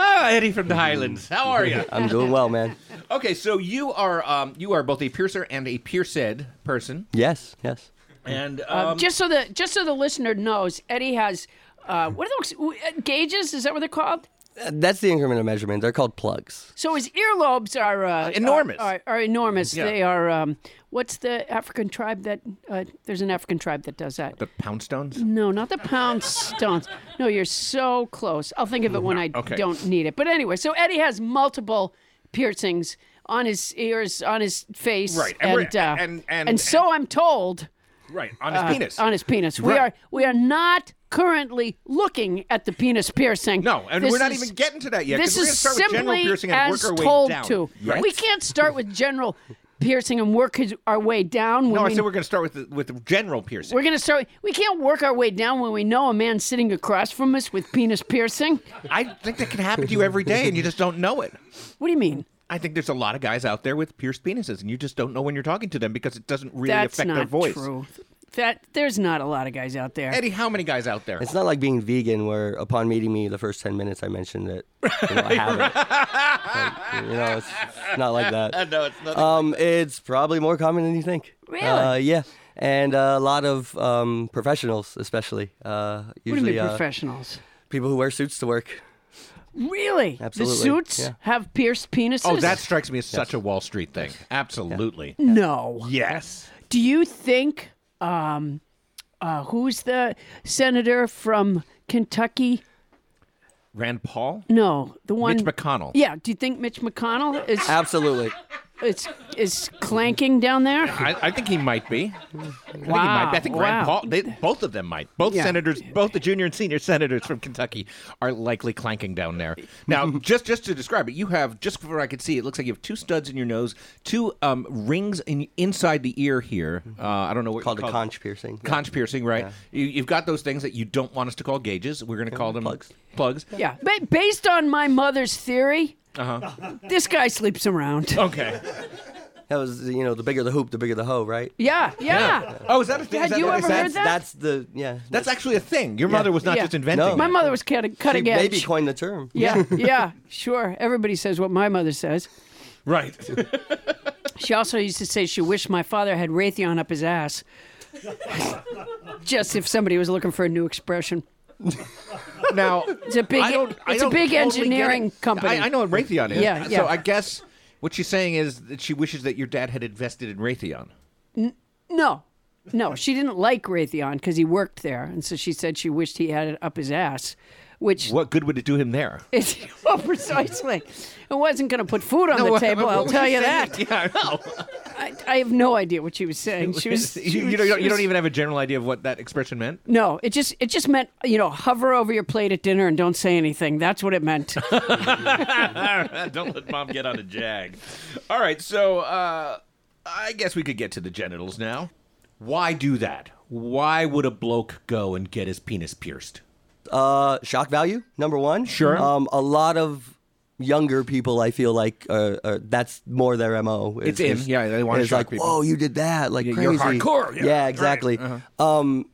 Ah, Eddie from the Highlands. How are
[laughs]
you?
I'm doing well, man.
Okay, so you are um, you are both a piercer and a pierced person,
Yes, yes.
and
Um,
um,
just so the just so the listener knows, Eddie has uh, what are those uh, gauges? Is that what they're called?
Uh, That's the increment of measurement. They're called plugs.
So his earlobes are uh,
enormous.
Are, are enormous.
Yeah.
They are. Um, what's the African tribe that? Uh, there's an African tribe that does that.
the poundstones.
No, not the pound stones. No, you're so close. I'll think of it when I
Okay.
don't need it. But anyway, so Eddie has multiple piercings on his ears, on his face,
Right, and
and
we're-
and, uh,
and- and-
so I'm told
Right on his penis.
uh, on his penis. We
Right.
are we are not currently looking at the penis piercing.
No, and
This
we're not
is-
even getting to that yet.
This
'cause we're
is
gonna start with general
simply
piercing and
as
work our way
told
down.
to.
Right?
We can't start with general piercing and work his, our way down.
No,
when
I
we
said we're going to start with the, with the general piercing.
we're gonna start. We can't work our way down when we know a man sitting across from us with penis piercing.
I think that can happen to you every day, and you just don't know it.
What do you mean?
I think there's a lot of guys out there with pierced penises, and you just don't know when you're talking to them because it doesn't really
That's
affect
not
their voice.
true. That there's not a lot of guys out there.
Eddie, how many guys out there?
It's not like being vegan, where upon meeting me, the first 10 minutes I mentioned that you know, I have it. Like, you know, it's, it's not like that.
no, it's not.
Um, it's probably more common than you think.
Really?
Uh, yeah. And uh, a lot of um, professionals, especially. Uh,
what do you
usually,
mean
uh,
professionals?
people who wear suits to work.
Really?
absolutely,
The suits
yeah.
have pierced penises.
oh, that strikes me as such a Wall Street thing. Absolutely.
no.
Yes.
Do you think um, uh, who's the senator from Kentucky?
Rand Paul,
No, the one.
Mitch McConnell.
Yeah. Do you think Mitch McConnell is
Absolutely.
is is clanking down there?
I, I think he might be. I think he might
Wow,
be. I think
wow.
Rand Paul, they, both of them might. Both
Yeah.
senators, both the junior and senior senators from Kentucky are likely clanking down there.
[laughs]
Now, just just to describe it, you have just before I could see, it looks like you have two studs in your nose, two um, rings in inside the ear here.
Mm-hmm.
Uh, I don't know what
Called
you
a
call
conch piercing. Yeah.
Conch piercing, right? You, you've got those things that you don't want us to call gauges. We're going to call them
plugs.
Plugs.
Yeah, ba- based on my mother's theory,
Uh-huh.
This guy sleeps around.
Okay.
That was, you know, the bigger the hoop, the bigger the hoe, right?
Yeah, yeah.
Oh, is that a thing? Is
Had
that
you
what
ever
they said?
heard that?
That's the yeah.
That's actually a thing. Your mother was not
Yeah.
just inventing.
No.
it.
My mother was cutting
she
cutting edge.
maybe coined the term.
[laughs]
Yeah, yeah, sure. Everybody says what my mother says.
Right.
[laughs] She also used to say she wished my father had Raytheon up his ass. [laughs] Just if somebody was looking for a new expression.
now
It's a big
I don't, I
it's a
don't
big
totally
engineering
get it.
company.
I, I know what Raytheon is.
Yeah, yeah.
So I guess what she's saying is that she wishes that your dad had invested in Raytheon.
No. No, she didn't like Raytheon because he worked there. And so she said she wished he had it up his ass, which
What good would it do him there?
is, [laughs] well, precisely. It wasn't going to put food on
No,
the
what-
table,
what
I'll
was
tell
she
you
saying?
that.
[laughs] Yeah, I
[laughs]
know.
I, I have no idea what she was saying. She was.
[laughs] you,
she
you
was-
don't, you don't
she was-
even have a general idea of what that expression meant.
[laughs] No, it just it just meant you know hover over your plate at dinner and don't say anything. That's what it
[laughs]
meant.
don't let mom get on a jag. All right, so uh, I guess we could get to the genitals now. Why do that? Why would a bloke go and get his penis pierced?
Uh, shock value number one.
Sure.
Um, a lot of younger people, I feel like, uh, uh, that's more their mo.
It's in. Yeah, they wanna
it's
shock
like,
people.
whoa, you did that, like
Yeah,
crazy.
you're hardcore. Yeah,
Yeah,
right. Uh-huh.
exactly. Um,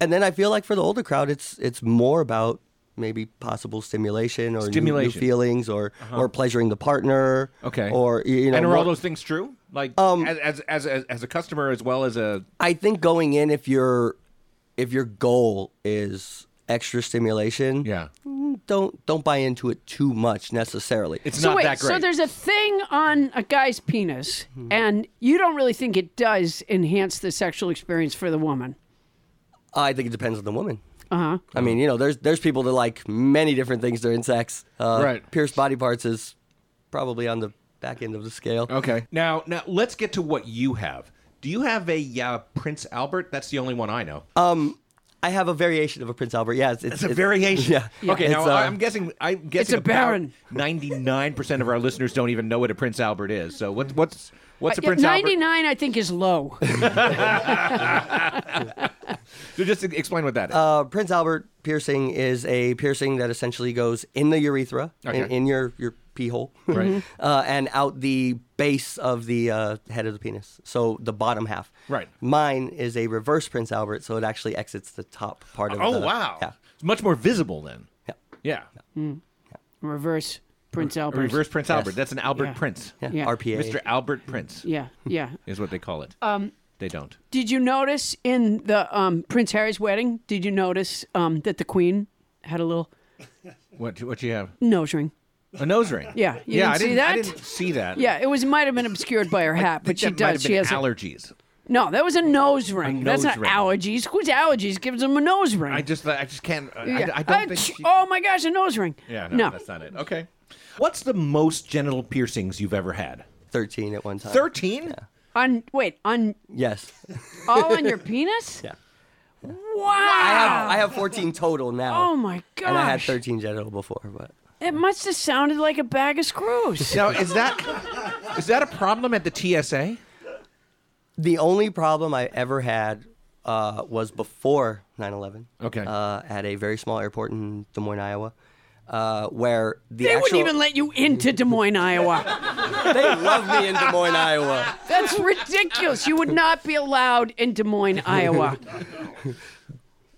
and then I feel like for the older crowd, it's it's more about maybe possible stimulation or new- New,
Stimulation. Uh-huh.
feelings or or pleasuring the partner. Or y- you know,
and are all
what- Um,
those things true? Like, as, as as as as a customer as well as a
I think going in if your if your goal is extra stimulation, mm, don't don't buy into it too much necessarily.
it's
so
not
wait,
that great.
so there's a thing on a guy's penis,
Mm-hmm.
and you don't really think it does enhance the sexual experience for the woman.
I think it depends on the woman. Uh huh. I mean, you know, there's there's people that like many different things during sex. Uh,
Right.
Pierced body parts is probably on the back end of the scale.
okay. Now now let's get to what you have. Do you have a uh, Prince Albert? That's the only one I know.
Uh, Um, I have a variation of a Prince Albert. Yeah, it's, it's,
It's a variation.
Yeah.
Okay.
It's,
now
uh,
I'm guessing. I'm guessing.
a Baron.
Ninety nine percent of our listeners don't even know what a Prince Albert is. So what, what's what's a
Uh, Yeah,
Prince Albert?
99, I think, is low. [laughs]
So just e- explain what that is.
Uh, Prince Albert piercing is a piercing that essentially goes in the urethra, in,
Okay.
in your your pee hole, right. [laughs] uh, and out the base of the uh, head of the penis, so the bottom half.
Right.
Mine is a reverse Prince Albert, so it actually exits the top part of.
oh
the,
wow.
uh, Yeah.
It's much more visible then.
Yeah.
Yeah.
Mm-hmm. Reverse Prince
A
Albert.
reverse Prince Albert. That's an Albert
Yeah.
Prince.
Yeah.
Yeah.
RPA.
Mr. Albert Prince
Yeah, yeah.
is what they call it. Um. They don't.
Did you notice in the um, Prince Harry's wedding? Did you notice um, that the Queen had a little
What what you have?
nose ring?
A nose ring.
Yeah, you
yeah.
didn't
I
see
didn't. I
that?
didn't see that.
Yeah, it was might have been obscured by her hat, Uh, but she
That might have
does. She
been
has a-
allergies.
No, that was a nose ring. That's
nose
not
ring.
allergies. Who's allergies gives them a nose ring?
I just I just can't. I-
Yeah.
I, I don't
Uh,
think.
ch-
she-
Oh my gosh, a nose ring.
Yeah, no,
no.
that's not it. Okay. What's the most genital piercings you've ever had?
Thirteen at one time.
13?
On wait, on
Yes.
all on your
[laughs]
penis?
Yeah.
Wow.
I have I have fourteen total now.
Oh my gosh.
And I had thirteen genital before, but
It must have sounded like a bag of
[laughs]
screws.
Now, is that is that a problem at the TSA?
the only problem I ever had uh, was before 9/11.
Okay.
Uh, at a very small airport in Des Moines, Iowa, uh, where the
They
actual
wouldn't even let you into Des Moines, Iowa.
[laughs] they love me in Des Moines, Iowa.
That's ridiculous. You would not be allowed in Des Moines, Iowa.
[laughs]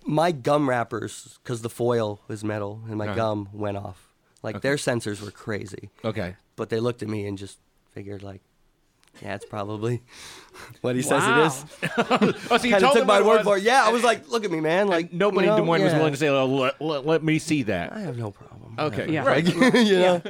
My gum wrappers, because the foil was metal, and my gum went off. Like their sensors were crazy.
Okay.
But they looked at me and just figured like, yeah, it's probably [laughs] what he
Wow.
says it is.
Oh, so you
Kind
told
of took
them
my
what it
word
was,
for it. Yeah, I was like, look at me, man. Like
and Nobody
you
in Des
know,
Moines was
yeah.
willing to say, oh, let, let, let me see
I
that.
have no problem.
Okay.
[laughs] Yeah.
Right.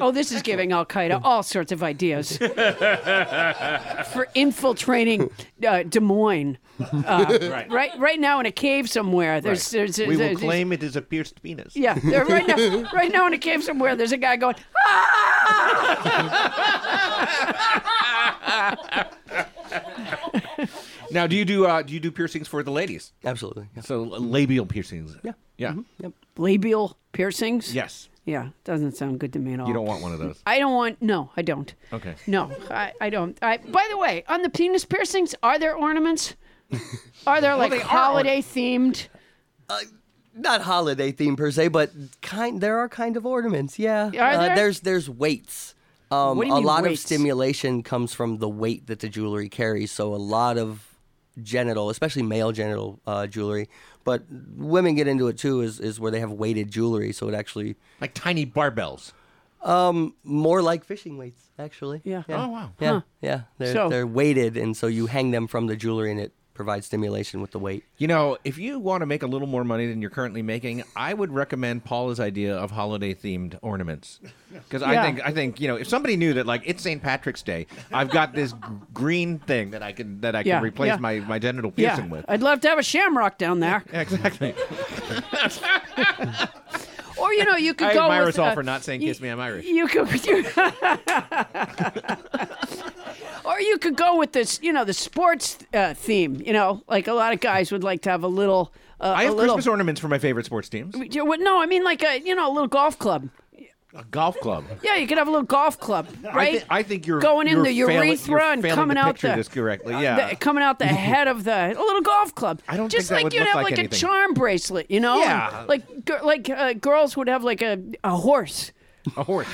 Oh, this is giving Al Qaeda all sorts of
[laughs]
ideas for infiltrating uh, Des Moines.
right.
Right, right now in a cave somewhere. There's, there's,
We will
there's-
claim it is a pierced penis.
Yeah, there- right now, right now in a cave somewhere. There's a guy going. "Ah!"
Now, do you do uh, do you do piercings for the ladies?
Absolutely. yeah.
So labial piercings. Yeah. Yeah.
labial piercings.
Yes.
yeah, doesn't sound good to me at all.
You don't want one of those.
I don't want. No, I don't.
Okay.
No, I, I don't. I. By the way, on the penis piercings, are there
[laughs]
ornaments? Are there like
they are
holiday themed?
not holiday theme per se, but kind there are kind of ornaments. Yeah, Uh,
Are there?
there's there's weights. Um,
What do you
a
mean
lot
weights?
of stimulation comes from the weight that the jewelry carries. So a lot of genital, especially male genital uh, jewelry, but women get into it too. Is is where they have weighted jewelry, so it actually
like tiny barbells.
Um, more like fishing weights, actually.
Yeah.
yeah.
Oh, wow.
Yeah,
Huh.
yeah. They're
So-
they're weighted, and so you hang them from the jewelry, and it provides stimulation with the weight.
You know, if you want to make a little more money than you're currently making, I would recommend Paula's idea of holiday themed ornaments. Because I
Yeah.
think I think, you know, if somebody knew that like it's St. Patrick's Day, I've got this g- green thing that I can that I
Yeah,
can replace
yeah.
my, my genital
Yeah,
piercing with.
I'd love to have a shamrock down there.
Yeah, exactly.
[laughs] Or you know, you could
I
go
admire
with
us all
uh,
for not saying
you-
kiss me, I'm Irish.
You could, [laughs] or you could go with this, you know, the sports uh, theme. You know, like a lot of guys would like to have a little. Uh,
I
a
have
little,
Christmas ornaments for my favorite sports teams.
You- what- No, I mean like a you know a little golf club.
A golf club.
Yeah, you could have a little golf club, right?
I, thi- I think you're
going in
you're
the
failing-
urethra
you're
and
failing
coming
to
out
picture
the,
this correctly.
uh,
Yeah,
the- coming
[laughs]
out the head of the a little golf club.
I don't
just
think that
like
would
you'd
look
have
like
like, a
anything.
charm bracelet, you know?
Yeah.
And, like gir- like uh, girls would have like a, a horse.
[laughs] a horse,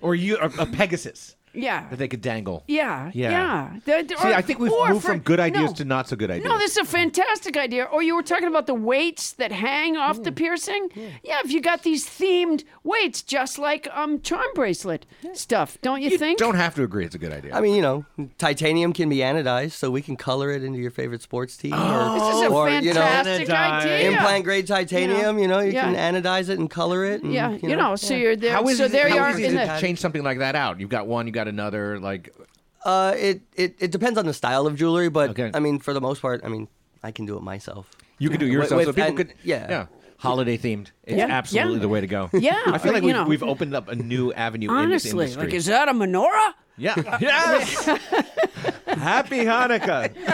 or you a, a Pegasus
Yeah.
that they could dangle.
Yeah,
Yeah.
yeah. The- the-
See,
or-
I think we've
or
moved
for-
from good ideas
no.
to not so good ideas.
No, this is a fantastic idea. Or you were talking about the weights that hang off the piercing. Yeah. if you got these themed weights, just like um charm bracelet stuff, don't you, think?
Don't have to agree it's a good idea.
I mean, you know, titanium can be anodized, so we can color it into your favorite sports team. or,
[gasps] This is a
or, you know,
fantastic idea.
implant grade titanium. You know, you
Yeah.
can anodize it and color it. And,
Yeah, you know, so
yeah.
you're there.
how is
so
it,
there
how
you are
easy is
in
it
the.
to change something like that out? You've got one, you got another. Like,
Uh, it, it it depends on the style of jewelry, but
Okay.
I mean, for the most part, I mean, I can do it myself.
you could do yourself.
With-
so people
and-
could,
yeah.
Holiday themed. It's
Yeah,
absolutely
yeah.
the way to go.
[laughs] Yeah,
I feel
or,
like
you
we've,
know.
we've opened up a new avenue in
Honestly,
this industry.
like, is that a menorah? [laughs]
yeah. [laughs] yes. Happy Hanukkah. [laughs]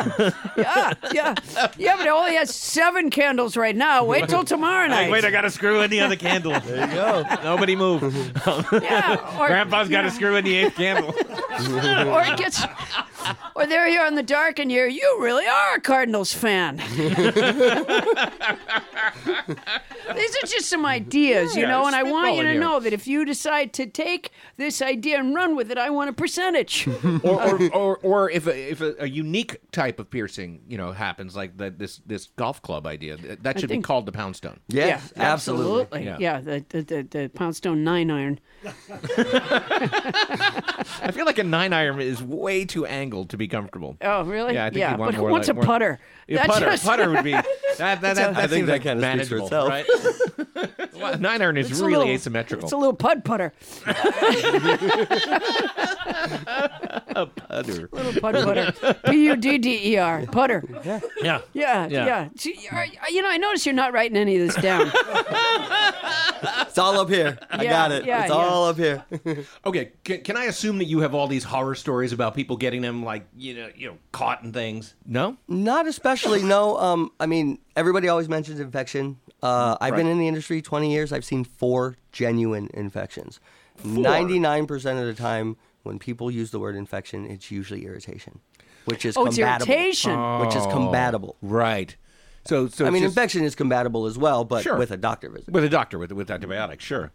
Yeah, yeah, yeah. But it only has seven candles right now. Wait till tomorrow night.
Wait, I got to screw in the other candle. [laughs] There you go. Nobody move.
yeah, or,
[laughs] Grandpa's got to screw in the eighth candle.
or it gets, or there you are in the dark, and you're you really are a Cardinals
[laughs]
fan. These are just some ideas, you
Yeah,
know, and I want you
spitballing
to
here.
know that if you decide to take this idea and run with it, I want a percentage.
[laughs] or, or, or, or if a, if a, a unique type of piercing, you know, happens like the, this this golf club idea, th- that should
think-
be called the pound stone.
Yes, absolutely.
[laughs] Yeah, the, the, the, the pound stone nine iron.
I feel like a nine iron is way too angled to be comfortable.
Oh, really?
Yeah, I think
yeah.
you want
but
more
what's
like-
a
more-
putter?
Yeah,
That's
putter,
just-
putter
[laughs]
would be that. That, that, that
I think
seems
that kinda speaks for
manageable,
itself.
right?
[laughs]
Well, nine iron is
it's a
really
little-
asymmetrical.
It's a little pud putter.
putter.
[laughs] Little pud
[laughs]
putter. P u d d e r. Putter. Yeah.
Yeah.
Yeah.
Yeah.
See, are- you know, I notice you're not writing any of
[laughs]
this down.
It's all up here. I
Yeah,
got it.
yeah,
it's
yeah.
all up here.
Okay, can, can I assume that you have all these horror stories about people getting them like you know you know caught and things? No.
Not especially. No. Um. I mean, everybody always mentions infection. Uh, I've been in the industry 20 years. I've seen four genuine infections. 99 percent of the time, when people use the word infection, it's usually irritation, which is
Oh, it's
compatible.
irritation. Oh.
Which is compatible.
Right. So so
I
it's
mean,
just-
infection is compatible as well, but
Sure.
with a doctor visit.
with a doctor with with antibiotics, sure.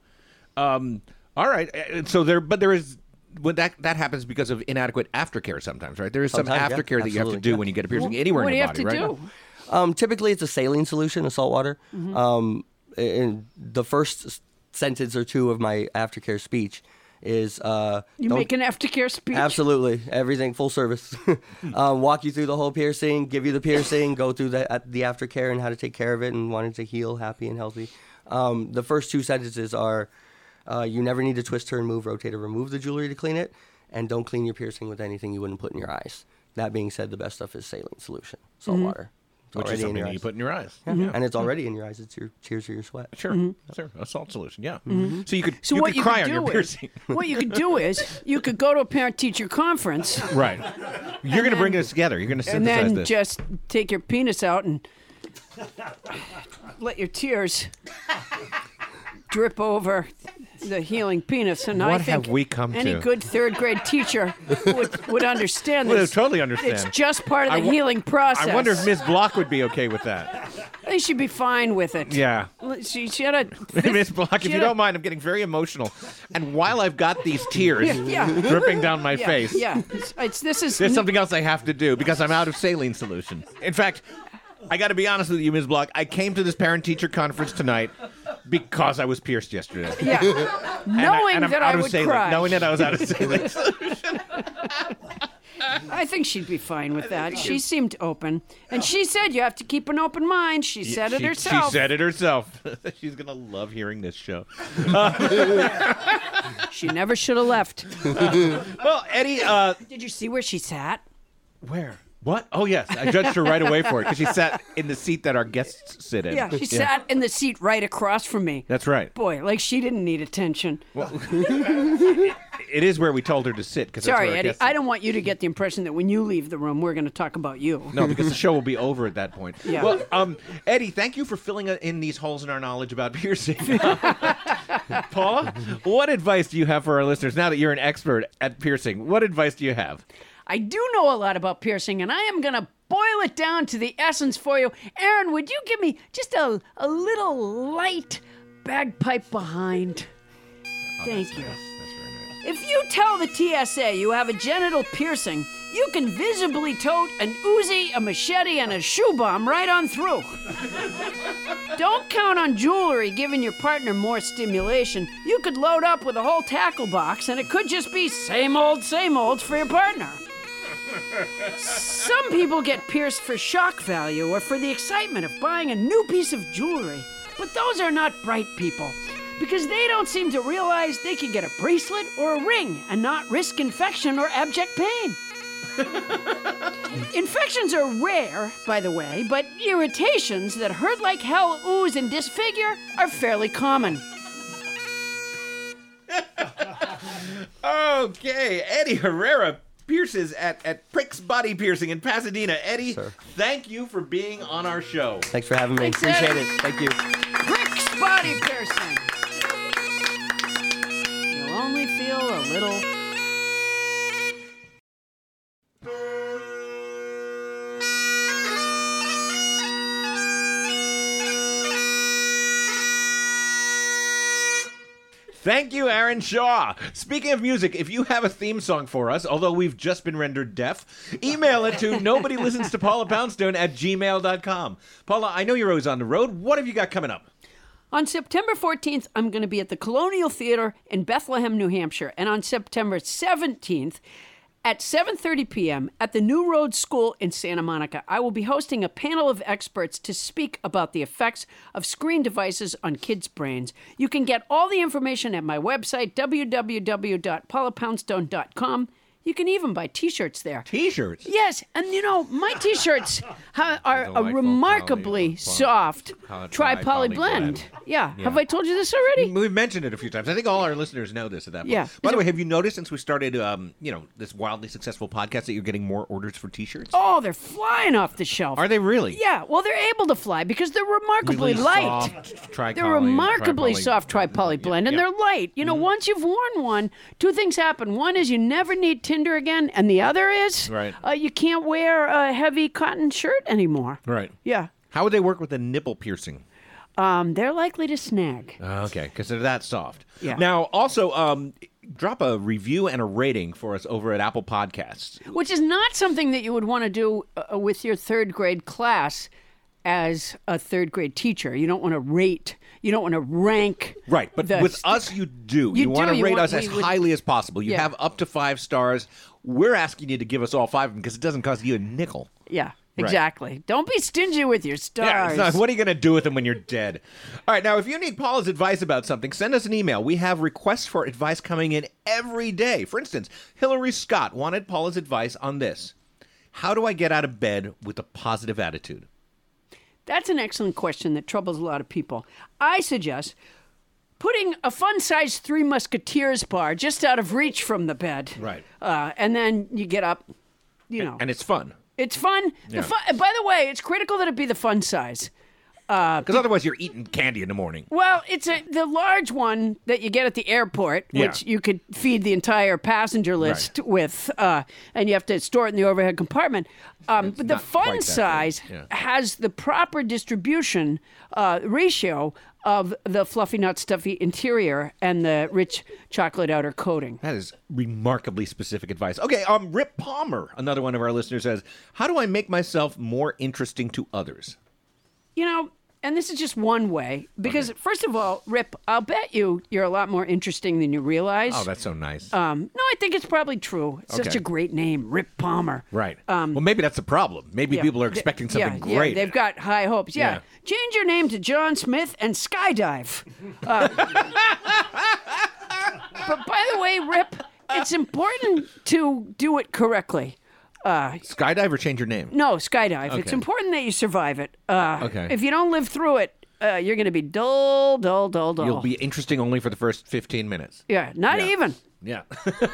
Um, all right. uh, So there, but there is when that that happens because of inadequate aftercare sometimes, right? There is some
Sometimes, yeah,
aftercare that you have to
absolutely,
do
yeah.
when you get a piercing anywhere
what
in
do you
your
have
body,
to
right?
do?
Um, typically, it's a saline solution, a salt water.
Mm-hmm.
Um, and the first s- sentence or two of my aftercare speech is uh,
You
don't
make an aftercare speech.
Absolutely, everything full service. [laughs] um, walk you through the whole piercing, give you the piercing, go through the at the aftercare and how to take care of it and wanting to heal happy and healthy. Um, the first two sentences are, uh, you never need to twist, turn, move, rotate, or remove the jewelry to clean it, and don't clean your piercing with anything you wouldn't put in your eyes. That being said, the best stuff is saline solution, salt water. It's
Which is
already in
something
your
that you
eyes.
put in your eyes.
Yeah,
Mm-hmm.
And it's already in your eyes. It's your tears or your sweat.
Sure, sure. A salt solution, yeah. Mm-hmm. So you could
Mm-hmm. So
you
what
could
you
cry
could
on
do
your
is,
piercing,
[laughs]
[laughs]
what you could do is you could go to a parent-teacher conference
right? You're going to bring
then-
this together. You're going to
and
synthesize
then
this.
just take your penis out and let your tears drip over the healing penis. And I
What
think
have we come
any
to?
good third grade teacher would, would understand
[laughs] Well,
this.
totally understand.
It's just part of the
I wo-
healing process.
I wonder if Ms. Block would be okay with that.
they should be fine with it.
Yeah. [laughs]
L- li- she, she had a
Miss Block, if
she
you
had a-
don't mind, I'm getting very emotional. And while I've got these tears
[laughs]
[laughs]
Yeah, yeah.
dripping down
[laughs]
my
yeah,
face,
Yeah, it's, it's- this is
[laughs] there's something else I have to do because I'm out of saline solution. In fact, I got to be honest with you, Ms. Block. I came to this parent teacher conference tonight because I was pierced yesterday.
yeah,
And I-
knowing
and I'm
that
out
I
of
would
saline.
cry.
Knowing that I was
[laughs]
out of saline.
I think she'd be fine with that. She seemed open, and she said you have to keep an open mind. She said it
she,
herself.
She said it herself. [laughs] She's going to love hearing this show.
She never should have
[laughs]
left.
Well, Eddie, uh,
Did you see where she sat?
where? What? Oh, yes. I judged her right away for it because she sat in the seat that our guests sit in.
Yeah, she sat in the seat right across from me.
That's right.
Boy, like she didn't need attention.
It is where we told her to sit. 'cause that's
Sorry,
where our
Eddie.
guests sit.
I don't want you to get the impression that when you leave the room, we're going to talk about you.
No, because the show will be over at that point.
Yeah.
Well, um, Eddie, thank you for filling in these holes in our knowledge about piercing. [laughs] Paula, what advice do you have for our listeners now that you're an expert at piercing? What advice do you have?
I do know a lot about piercing, and I am going to boil it down to the essence for you. Aaron, would you give me just a, a little light bagpipe behind? Thank you. If you tell the TSA you have a genital piercing, you can visibly tote an Uzi, a machete, and a shoe bomb right on through. [laughs] Don't count on jewelry giving your partner more stimulation. You could load up with a whole tackle box, and it could just be same old, same old for your partner. Some people get pierced for shock value or for the excitement of buying a new piece of jewelry, but those are not bright people because they don't seem to realize they can get a bracelet or a ring and not risk infection or abject pain. Infections are rare, by the way, but irritations that hurt like hell, ooze, and disfigure are fairly common.
Okay, Eddie Herrera pierces at, at Prick's Body Piercing in Pasadena. Eddie,
Sir.
thank you for being on our show.
Thanks for having me.
Thanks,
Appreciate
Eddie.
it. Thank you.
Rick's body piercing. You'll only feel a little.
Thank you, Aaron Shaw. Speaking of music, if you have a theme song for us, although we've just been rendered deaf, email it
[laughs]
to nobody listens to Paula Poundstone at gmail.com. Paula, I know you're always on the road. What have you got coming up?
On September 14th, I'm going to be at the Colonial Theater in Bethlehem, New Hampshire, and on September 17th at 7:30 p.m. at the New Road School in Santa Monica, I will be hosting a panel of experts to speak about the effects of screen devices on kids' brains. You can get all the information at my website www.paulapoundstone.com. You can even buy t-shirts there.
T-shirts.
Yes, and you know my
[laughs]
T-shirts ha- are a
Delightful
remarkably
poly-
soft
poly-
tri-poly
poly
blend.
blend.
Yeah. have I told you this already?
We've mentioned it a few times. I think all our listeners know this at that point.
Yeah.
By the way, have you noticed since we started, um, you know, this wildly successful podcast that you're getting more orders for T-shirts?
Oh, they're flying off the shelf.
Are they really?
Yeah. Well, they're able to fly because they're remarkably light. They're remarkably soft tri-poly blend, and
yeah.
they're light. You know,
Mm-hmm.
once you've worn one, two things happen. One is you never need Tinder again, and the other is
Right.
uh, you can't wear a heavy cotton shirt anymore.
Right.
Yeah.
How would they work with a nipple piercing?
Um, they're likely to snag.
Oh, Okay, because they're that soft.
Yeah.
Now, also, um, drop a review and a rating for us over at Apple Podcasts.
which is not something that you would want to do uh, with your third grade class as a third grade teacher. You don't want to rate. You don't want to rank.
Right, but
the
with
st-
us, you do.
You
want
do,
to
you
rate
want-
us as
we would-
highly as possible. You
Yeah.
have up to five stars. We're asking you to give us all five of them because it doesn't cost you a nickel.
yeah, exactly. Don't be stingy with your
Yeah,
stars.
it's not- what are you going to do with them when you're dead? All right, now, if you need Paula's advice about something, send us an email. We have requests for advice coming in every day. For instance, Hillary Scott wanted Paula's advice on this How do I get out of bed with a positive attitude?
That's an excellent question that troubles a lot of people. I suggest putting a fun size Three Musketeers bar just out of reach from the bed.
Right.
Uh, and then you get up. You know,
And it's fun.
It's fun. The fun. By the way, it's critical that it be the fun size.
Because otherwise, you're eating candy in the morning.
Well, it's a the large one that you get at the airport, which you could feed the entire passenger list with, uh, and you have to store it in the overhead compartment. Um, but the fun size has the proper distribution uh, ratio of the fluffy, not stuffy interior and the rich chocolate outer coating.
That is remarkably specific advice. Okay, um, Rip Palmer, another one of our listeners, says, "How do I make myself more interesting to others?"
You know, and this is just one way because first of all, Rip, I'll bet you you're a lot more interesting than you realize.
Oh, that's so nice.
Um, no, I think it's probably true. It's such
Okay.
a great name, Rip Palmer. Um,
right. well, maybe that's the problem. Maybe
Yeah.
people are
They-
expecting
yeah,
something great.
Yeah, they've got high hopes. Yeah.
Yeah.
Change your name to John Smith and
[laughs]
skydive. Uh, but by the way, Rip, it's important to do it correctly.
Skydiver, change your name.
No, skydive. It's
Okay.
important that you survive it. Uh,
Okay.
If you don't live through it, uh, you're going to be dull, dull, dull, dull.
You'll be interesting only for the first 15 minutes.
yeah, not even.
Yeah.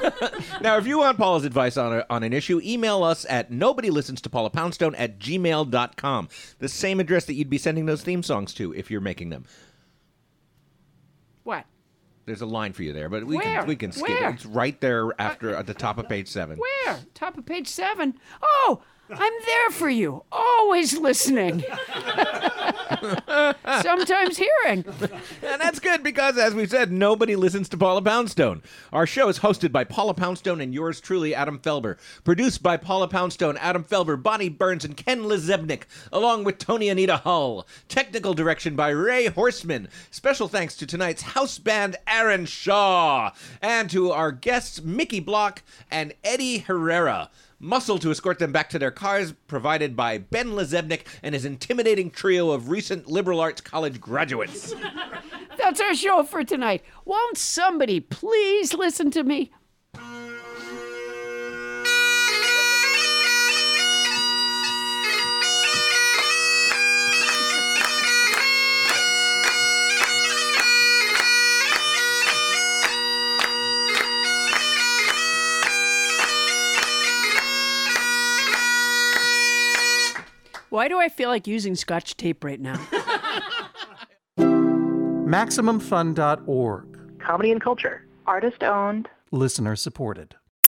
[laughs] now, if you want Paula's advice on, a, on an issue, email us at nobodylistenstopaulapoundstone to Paula Poundstone at gmail.com. The same address that you'd be sending those theme songs to if you're making them.
What?
There's a line for you there, but we
Where?
can we can skip
Where? Uh,
it. It's right there after at the top of page seven.
Where? Top of page seven. Oh, I'm there for you. Always listening. [laughs] Sometimes hearing.
And that's good because, as we said, nobody listens to Paula Poundstone. Our show is hosted by Paula Poundstone and yours truly, Adam Felber. Produced by Paula Poundstone, Adam Felber, Bonnie Burns, and Ken Lizebnik, along with Tony Anita Hull. Technical direction by Ray Horseman. Special thanks to tonight's house band, Aaron Shaw, and to our guests, Mickey Block and Eddie Herrera. Muscle to escort them back to their cars, provided by Ben Lezebnik and his intimidating trio of recent liberal arts college graduates.
That's our show for tonight. Won't somebody please listen to me? Why do I feel like using scotch tape right now?
MaximumFun.org.
comedy and culture. Artist owned.
Listener supported.